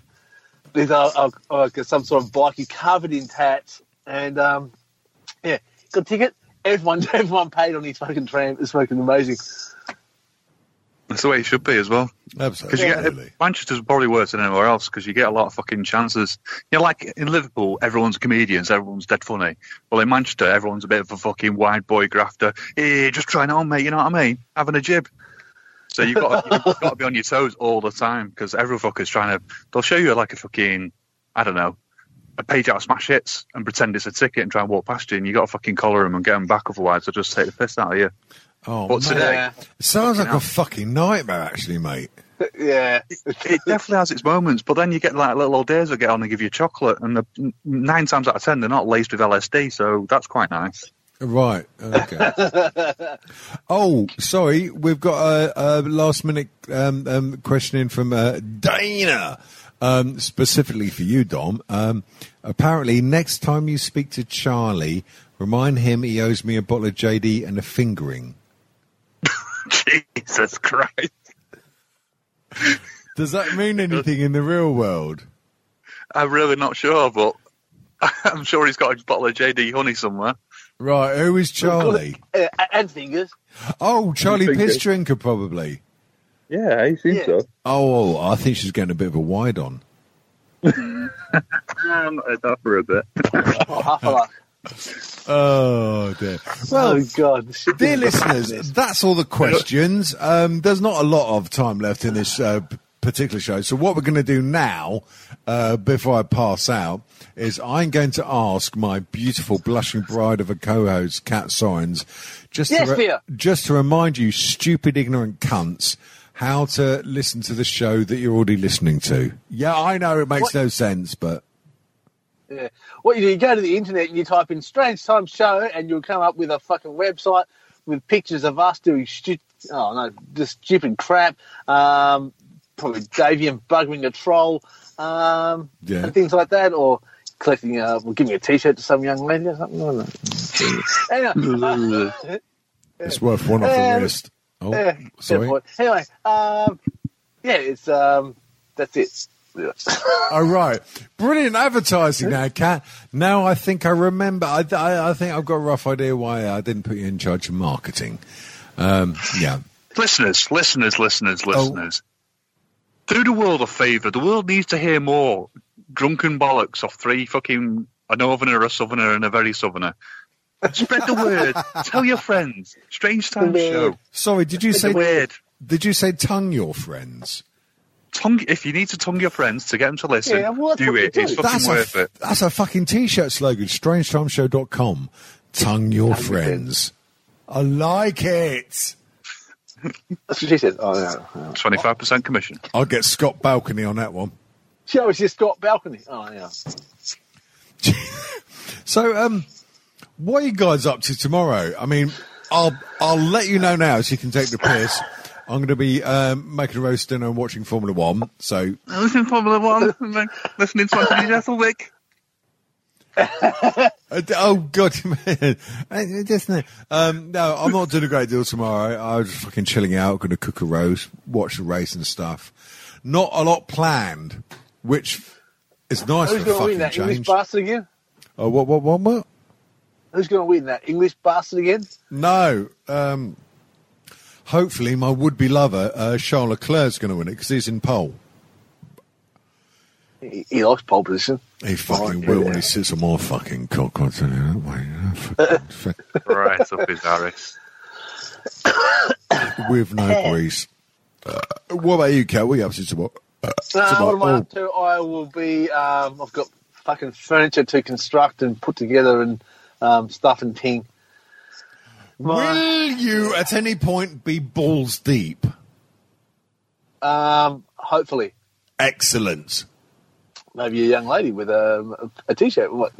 There's a, a, like uh, some sort of bike. He covered in tats, and um, yeah, good ticket. Everyone, (laughs) everyone paid on his fucking tram. It's fucking amazing. That's the way it should be as well. Absolutely. Because you get Manchester's probably worse than anywhere else because you get a lot of fucking chances. You know, like in Liverpool, everyone's comedians, everyone's dead funny. Well, in Manchester, everyone's a bit of a fucking wide boy grafter. Hey, just trying on, mate. You know what I mean? Having a jib. So you've got to, you've got to be on your toes all the time because every fucker's trying to. They'll show you like a fucking, I don't know, a page out of smash hits and pretend it's a ticket and try and walk past you, and you got to fucking collar them and get them back. Otherwise, they'll just take the piss out of you. Oh, But mate. today, It sounds like hell. a fucking nightmare, actually, mate. Yeah, (laughs) it definitely has its moments, but then you get like little old days that get on and give you chocolate, and the, n- nine times out of ten they're not laced with LSD, so that's quite nice. Right. Okay. oh, sorry. We've got a, a last minute um, um, question in from uh, Dana, um, specifically for you, Dom. Um, apparently, next time you speak to Charlie, remind him he owes me a bottle of JD and a fingering. (laughs) Jesus Christ! Does that mean anything in the real world? I'm really not sure, but (laughs) I'm sure he's got a bottle of JD honey somewhere. Right. Who is Charlie? Uh, and fingers. Oh, Charlie Fingers. Piss Drinker, probably. Yeah, he seems Yeah. so. Oh, I think she's getting a bit of a wide on. I'm not had that for Um, a bit. Oh, half a lot. Oh dear. Well, oh God, this should be Dear the listeners, madness. that's all the questions. Um, there's not a lot of time left in this uh, p- particular show. So, what we're going to do now, uh, before I pass out, is I'm going to ask my beautiful, blushing bride of a co host, Kat Sorens, just, Yes, to dear. just to remind you, stupid, ignorant cunts, how to listen to the show that you're already listening to. Yeah, I know it makes What- no sense, but. Yeah. What you do, you go to the internet and you type in "strange time show" and you'll come up with a fucking website with pictures of us doing stu- oh no, just stupid crap. Um, probably Davey and buggering a troll, um, Yeah. and things like that, or collecting, uh, well, giving a T-shirt to some young lady or something. I don't know. (laughs) anyway, uh, It's worth one off the Um, list. Oh, yeah, sorry. good point. Anyway, um, yeah, it's um, that's it. All right, brilliant advertising now, Kat. Now I think I remember. I, I, I think I've got a rough idea why I didn't put you in charge of marketing. Um, yeah, Listeners, listeners, listeners, Oh. listeners. Do the world a favour. The world needs to hear more drunken bollocks off three fucking a northerner, a southerner, and a very southerner. Spread the word. (laughs) Tell your friends. Strange time show. sorry. Did you Spread the say? word. Did you say tongue your friends? Tongue. If you need to tongue your friends to get them to listen, Yeah, well, that's do what you it. do. It's fucking That's worth a it. that's a fucking t-shirt slogan. StrangeTimeShow.com. Tongue your friends. I like it. That's what she said. Oh no, no. Twenty-five percent commission. I'll get Scott Balcony on that one. she always just got balcony. Oh yeah. So, um, what are you guys up to tomorrow? I mean, I'll I'll let you know now, so you can take the piss. I'm going to be um, making a roast dinner and watching Formula One. So, Listening to Formula One. listening to Anthony Jesselwick. Uh, d- oh god, (laughs) man. Uh, just no. Um, no, I'm not doing a great deal tomorrow. I was fucking chilling out, going to cook a roast, watch the race and stuff. Not a lot planned, which is nice Who's for going a to win fucking that English change. bastard again? Oh, what, what, what, what? Who's going to win that English bastard again? No. Um, hopefully, my would-be lover, uh, Charles Leclerc's going to win it because he's in pole. He, he likes pole position. He fucking yeah. will when he sits on my fucking cock. I tell you that way. you know, fucking fuck- Right up his arse. With no grease. Uh, what about you, Kat? What are you up to tomorrow? Uh, about- what am I oh. up to? I will be. Um, I've got fucking furniture to construct and put together and um, stuff and ting. My, Will you at any point be balls deep? um, hopefully, Excellent. maybe a young lady with um, a, a t-shirt. What? (laughs)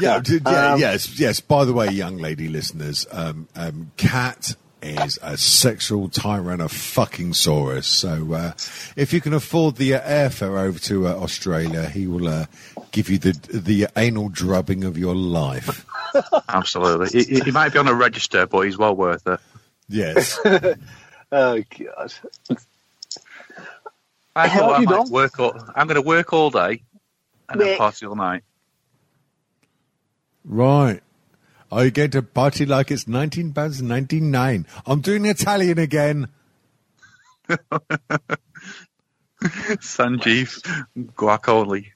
Yeah, d- yeah Um, yes, yes. By the way, young lady listeners, um, um, Cat is a sexual tyrannosaurus. So uh, if you can afford the uh, airfare over to uh, Australia, he will uh, give you the the anal drubbing of your life. Absolutely. He, he- he might be on a register, but he's well worth it. (laughs) Yes. oh god. I How thought have I you might done? work all, I'm going to work all day and Nick. then party all night. right. Are you going to party like it's nineteen pounds ninety nine? I'm doing Italian again. Sanjeev Guacoli.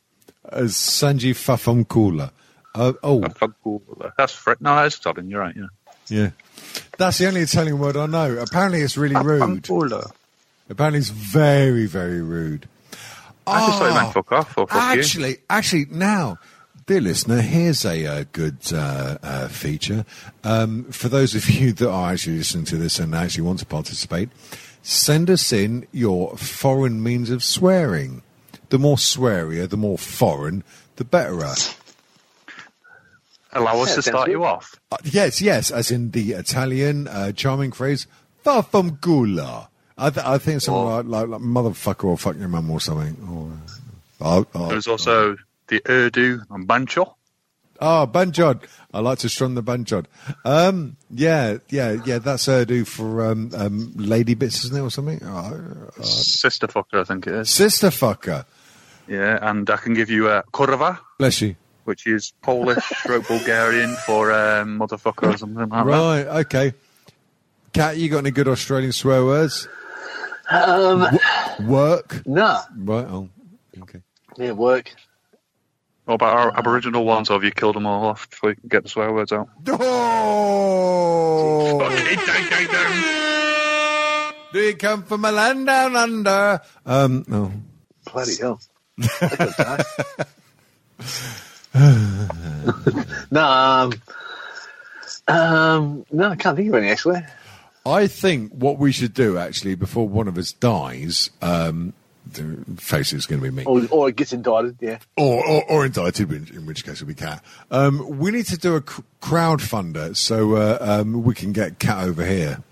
Uh, Sanji Fafamkula. Uh, oh, That's fr- no, that's Tobin. You're right. Yeah. yeah. That's the only Italian word I know. Apparently, it's really rude. Fanculo. Apparently, it's very, very rude. I just thought he Ah, meant fuck off or fuck you. actually, actually, now, dear listener, here's a, uh good uh, uh, feature um, for those of you that are actually listening to this and actually want to participate. Send us in your foreign means of swearing. The more swearier, the more foreign, the Uh, betterer. Allow us Yeah, to sounds start good. you off. Uh, yes, yes, as in the Italian uh, charming phrase "farfamgula." I, th- I think something Oh. like, like, like "motherfucker" or "fuck your mum" or something. Or, uh, oh, oh, There's also the Urdu and Bancho. oh, banjod. I like to strum the banjod. Um, yeah, yeah, yeah. That's Urdu for um, um, lady bits, isn't it, or something? Oh, uh, Sister fucker, I think it is. sister fucker. Yeah, and I can give you a kurva, Bless you. which is Polish (laughs) stroke Bulgarian for um, motherfucker or something like that. Right. Okay. Kat, you got any good Australian swear words? Um, Work. nah. Right. Oh. Okay. Yeah, work. What about our Aboriginal ones? Or have you killed them all off before you can get the swear words out? Oh, do you come from a land down under? Um, no. Bloody hell. I could die. (laughs) no, um, um, no, I can't think of any actually. I think what we should do actually before one of us dies, um, the face is going to be me, Or, or it gets indicted, yeah. or or, or indicted, in, in which case it'll be cat. Um, we need to do a cr- crowdfunder so uh, um, we can get cat over here.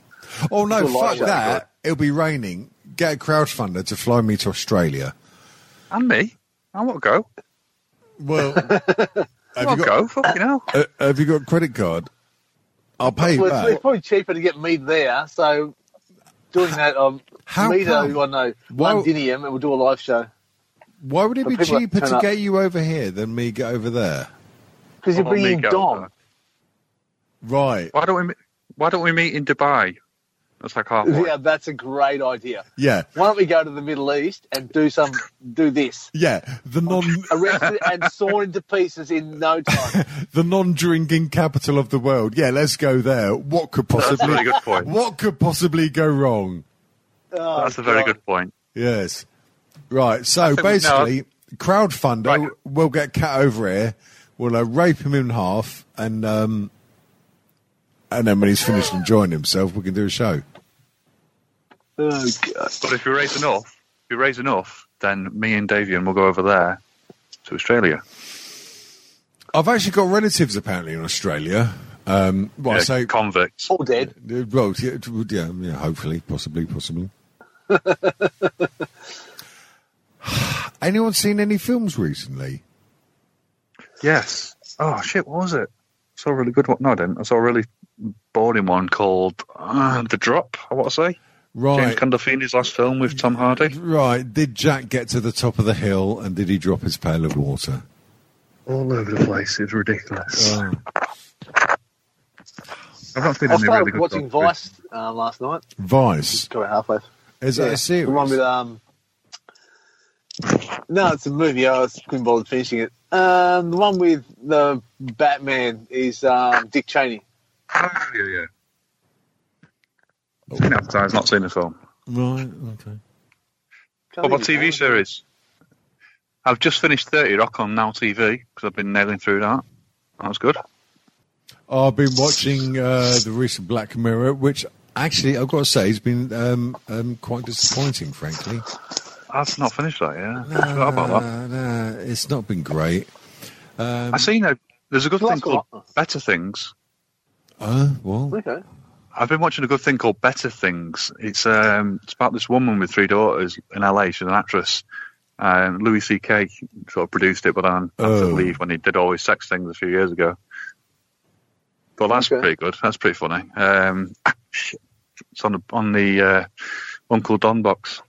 Oh no, Well, like fuck that, that! right. It'll be raining. Get a crowdfunder to fly me to Australia. And me? I won't go. (laughs) Well, have I you won't got go. Fucking hell. uh, have you got a credit card? I'll pay you Well, it's, back. it's probably cheaper to get me there, so doing that, um, How me though, come? who I know, Why- Londinium, and we'll do a live show. Why would it But be people that cheaper turn to up- get you over here than me get over there? Because you're Well, me bringing go, Dom. uh, Right. Why don't we? me- Why don't we meet in Dubai? That's like halfway. Yeah, that's a great idea. Yeah. Why don't we go to the Middle East and do some, do this? Yeah. The non Arrested (laughs) and sawn into pieces in no time. the non drinking capital of the world. Yeah, let's go there. What could That's a possibly very good point. (laughs) what could possibly go wrong? Oh, That's a very God. good point. Yes. Right. So think we- basically, crowdfunder. Right. We'll get Cat over here. We'll uh, rape him in half, and um, and then when he's finished enjoying himself, we can do a show. Oh, God. But if you raise enough, if you raise enough, then me and Davian will go over there to Australia. I've actually got relatives apparently in Australia. Um, well, Yeah, so convicts. All dead. Uh, Well, yeah, t- would- yeah, yeah, hopefully, possibly, (laughs) possibly. Anyone seen any films recently? Yes. Oh shit! What was it? I saw a really good one. No, I didn't. I saw a really boring one called uh, The Drop. I want to say Right, James Gandolfini's last film with Tom Hardy. right. Did Jack get to the top of the hill and did he drop his pail of water? All over the place. It's ridiculous. Oh. I've not seen I any really started good watching documentaries. Vice uh, last night. Vice Got it halfway. is that a The one with series? um. No, it's a movie. I was couldn't bother finishing it. Um, the one with the Batman is um, Dick Cheney. Ah, yeah, yeah. I've seen advertised, not seen the film. Right, okay. Can't What about think of TV his name. series? I've just finished 30 Rock on Now TV because I've been nailing through that. That was good. I've been watching uh, the recent Black Mirror, which actually I've got to say has been um, um, quite disappointing, frankly. I've not finished that, yeah. I forgot about that. Uh, no, it's not been great. I've seen a, there's a good Well, thing that's all called Better Things. Uh, well, Okay. I've been watching a good thing called Better Things. It's um, it's about this woman with three daughters in LA. She's an actress. Um, Louis C.K. sort of produced it, but then had Oh. to leave when he did all his sex things a few years ago. But that's Okay. pretty good. That's pretty funny. Um, (coughs) shit. it's on the on the uh, Uncle Don box.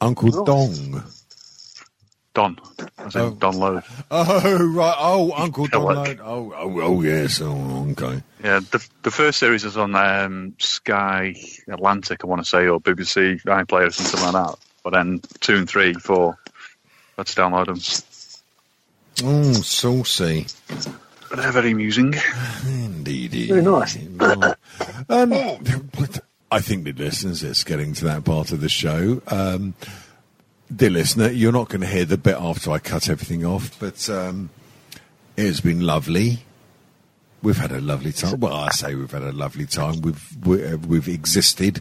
Uncle Nice. Dong. Don, as in Oh. Don Lowe. Oh right! Oh, Uncle Don. Kellogg. Lowe. Oh, oh, oh, yes. Oh, okay. Yeah, the the first series is on um, Sky Atlantic, I want to say, or BBC iPlayer or something like that. But then two and three, four, let's download them. Oh, saucy. But they're very amusing. Indeed. Very nice. um, (laughs) but I think the listeners, it's getting to that part of the show. Um, dear listener, you're not going to hear the bit after I cut everything off, but um, it's been lovely. We've had a lovely time. Well, I say we've had a lovely time. We've we, uh, we've existed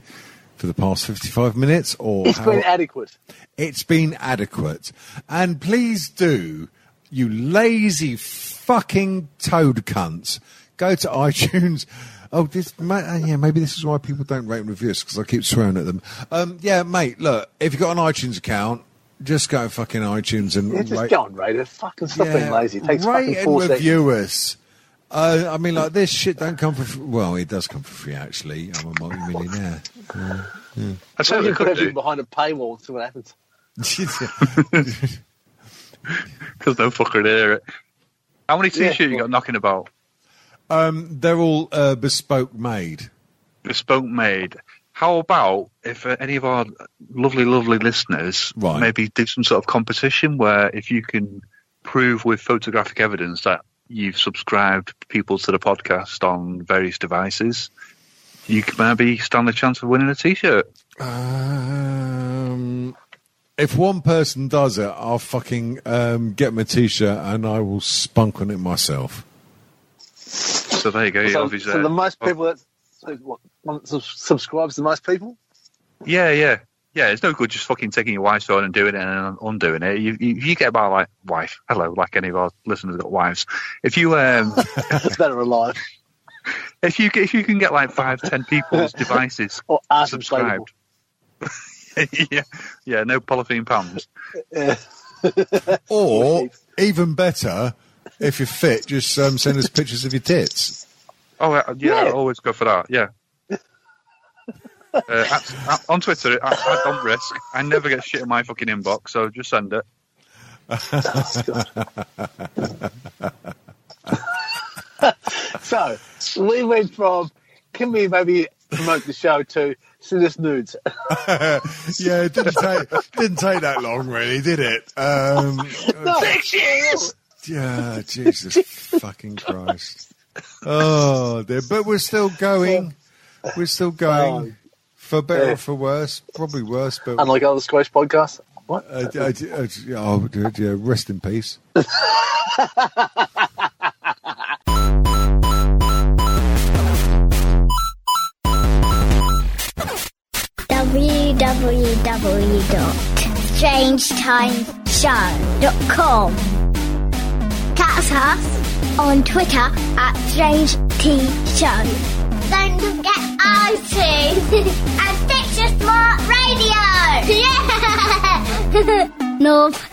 for the past 55 minutes, or It's how- been adequate. It's been adequate. And please do, you lazy fucking toad cunts, go to (laughs) iTunes. Oh, this, ma- uh, yeah, maybe this is why people don't rate and review us because I keep swearing at them. Um, yeah, mate, look, if you've got an iTunes account, just go to fucking iTunes and Yeah, just rate- go and rate it. Fucking stop being lazy. It takes rate fucking four and seconds. review us. Uh, I mean, like this shit don't come for free. Well, it does come for free, actually. I'm a multi-millionaire. (laughs) I Imagine certainly put could everything do behind a paywall and see what happens. because no fucker hear it. How many Yeah. t-shirts you got knocking about? um, they're all uh, bespoke made. Bespoke made. How about if uh, any of our lovely, lovely listeners Right. maybe do some sort of competition where if you can prove with photographic evidence that you've subscribed people to the podcast on various devices, you can maybe stand the chance of winning a T-shirt. Um, if one person does it, I'll fucking um, get my t-shirt and I will spunk on it myself. So there Oh. you uh, go. so, obviously, so the most people that so what, one that sub- subscribes the most people. Yeah, yeah, yeah. It's no good just fucking taking your wife's phone and doing it and undoing it. You, you, if you get about like wife, hello, like any of our listeners got wives. If you um, It's better (laughs) alive if you if you can get like five, ten people's devices or are subscribable. subscribed. (laughs) yeah, yeah, no polythene pans. Yeah. Or even better, if you're fit, just um, send us pictures of your tits. Oh uh, yeah, Yeah. I always go for that. Yeah. uh, at, at- on Twitter, I, I don't risk. I never get shit in my fucking inbox, so just send it. So we went from can we maybe promote the show to send us nudes? Yeah, it didn't take didn't take that long, really, did it? Um, yeah, Jesus fucking Christ. Oh dear, but we're still going. We're still going. For better Yeah. or for worse, probably worse, but Unlike other Squash podcasts. What? Uh, d- uh, d- uh, d- oh, d- d- yeah, rest in peace. www.strangetimeshow.com. Catch us on Twitter at Strange T Show. Don't forget (laughs) iTunes and Stitcher Smart Radio. (laughs) Yeah. North